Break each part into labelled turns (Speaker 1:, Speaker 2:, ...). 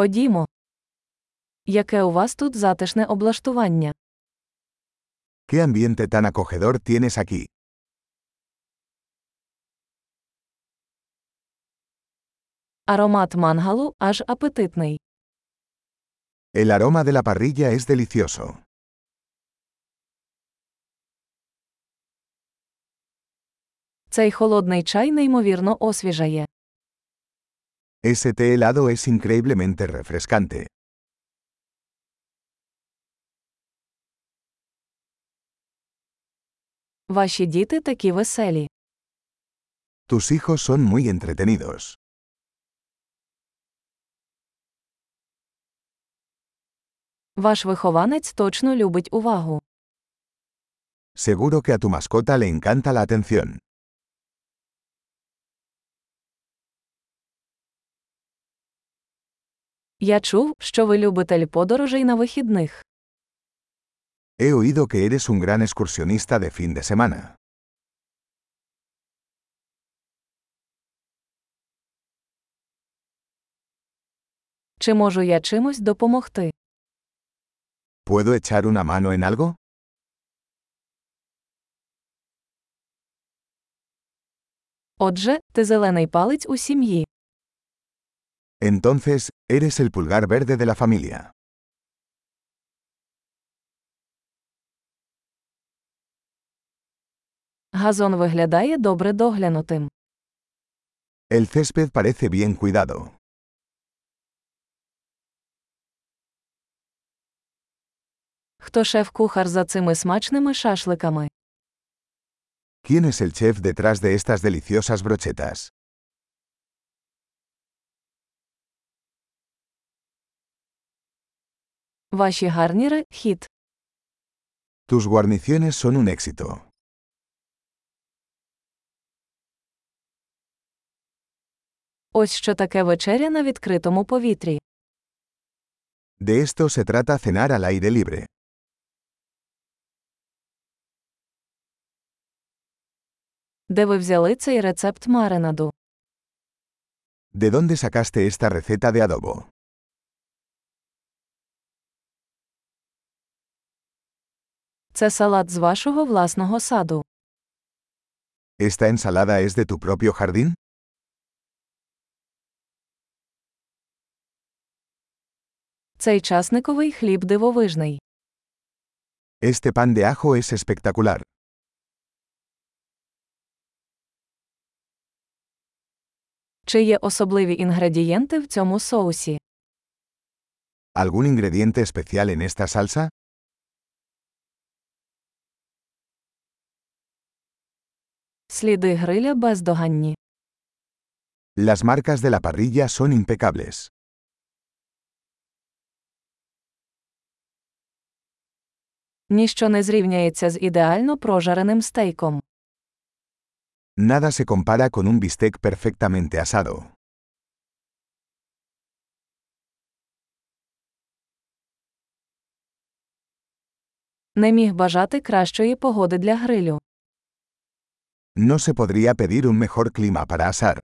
Speaker 1: Ходімо. Яке у вас тут затишне облаштування?
Speaker 2: ¿Qué ambiente tan acogedor tienes aquí?
Speaker 1: Аромат мангалу аж апетитний.
Speaker 2: El aroma de la parrilla es delicioso.
Speaker 1: Цей холодний чай неймовірно освіжає.
Speaker 2: Ese té helado es increíblemente refrescante.
Speaker 1: Ваші діти такі веселі.
Speaker 2: Tus hijos son muy entretenidos.
Speaker 1: Ваш вихованець точно любить увагу.
Speaker 2: Seguro que a tu mascota le encanta la atención.
Speaker 1: Я чув, що ви любитель подорожей на вихідних.
Speaker 2: He oído que eres un gran excursionista de fin de semana.
Speaker 1: Чи можу я чимось допомогти?
Speaker 2: ¿Puedo echar una mano en algo?
Speaker 1: Отже, ти зелений палець у сім'ї.
Speaker 2: Entonces, eres el pulgar verde de la familia.
Speaker 1: Газон виглядає добре доглянутим.
Speaker 2: El césped parece bien cuidado.
Speaker 1: Хто шеф-кухар за цими смачними шашликами?
Speaker 2: ¿Quién es el chef detrás de estas deliciosas brochetas?
Speaker 1: Ваші гарніри хіт.
Speaker 2: Tus guarniciones son un éxito.
Speaker 1: Ось що таке вечеря на відкритому повітрі.
Speaker 2: De esto se trata cenar al aire libre.
Speaker 1: Де ви взяли цей рецепт маринаду?
Speaker 2: ¿De dónde sacaste esta receta de adobo?
Speaker 1: Це салат з вашого власного саду.
Speaker 2: ¿Esta ensalada es de tu propio jardín?
Speaker 1: Цей часниковий хліб дивовижний.
Speaker 2: Este pan de ajo es espectacular.
Speaker 1: Чи є особливі інгредієнти в цьому соусі?
Speaker 2: ¿Algún ingrediente especial en esta salsa?
Speaker 1: Сліди гриля бездоганні.
Speaker 2: Las marcas de la parrilla son impecables.
Speaker 1: Ніщо не зрівняється з ідеально прожареним стейком.
Speaker 2: Nada se compara con un bistec perfectamente asado.
Speaker 1: Не міг бажати кращої погоди для грилю.
Speaker 2: No se podría pedir un mejor clima para asar.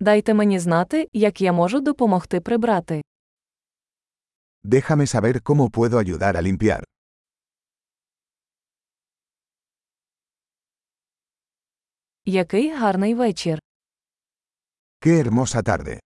Speaker 1: Дайте мені знати, як я можу допомогти прибрати.
Speaker 2: Déjame saber cómo puedo ayudar a limpiar.
Speaker 1: Який гарний вечір!
Speaker 2: ¡Qué hermosa tarde!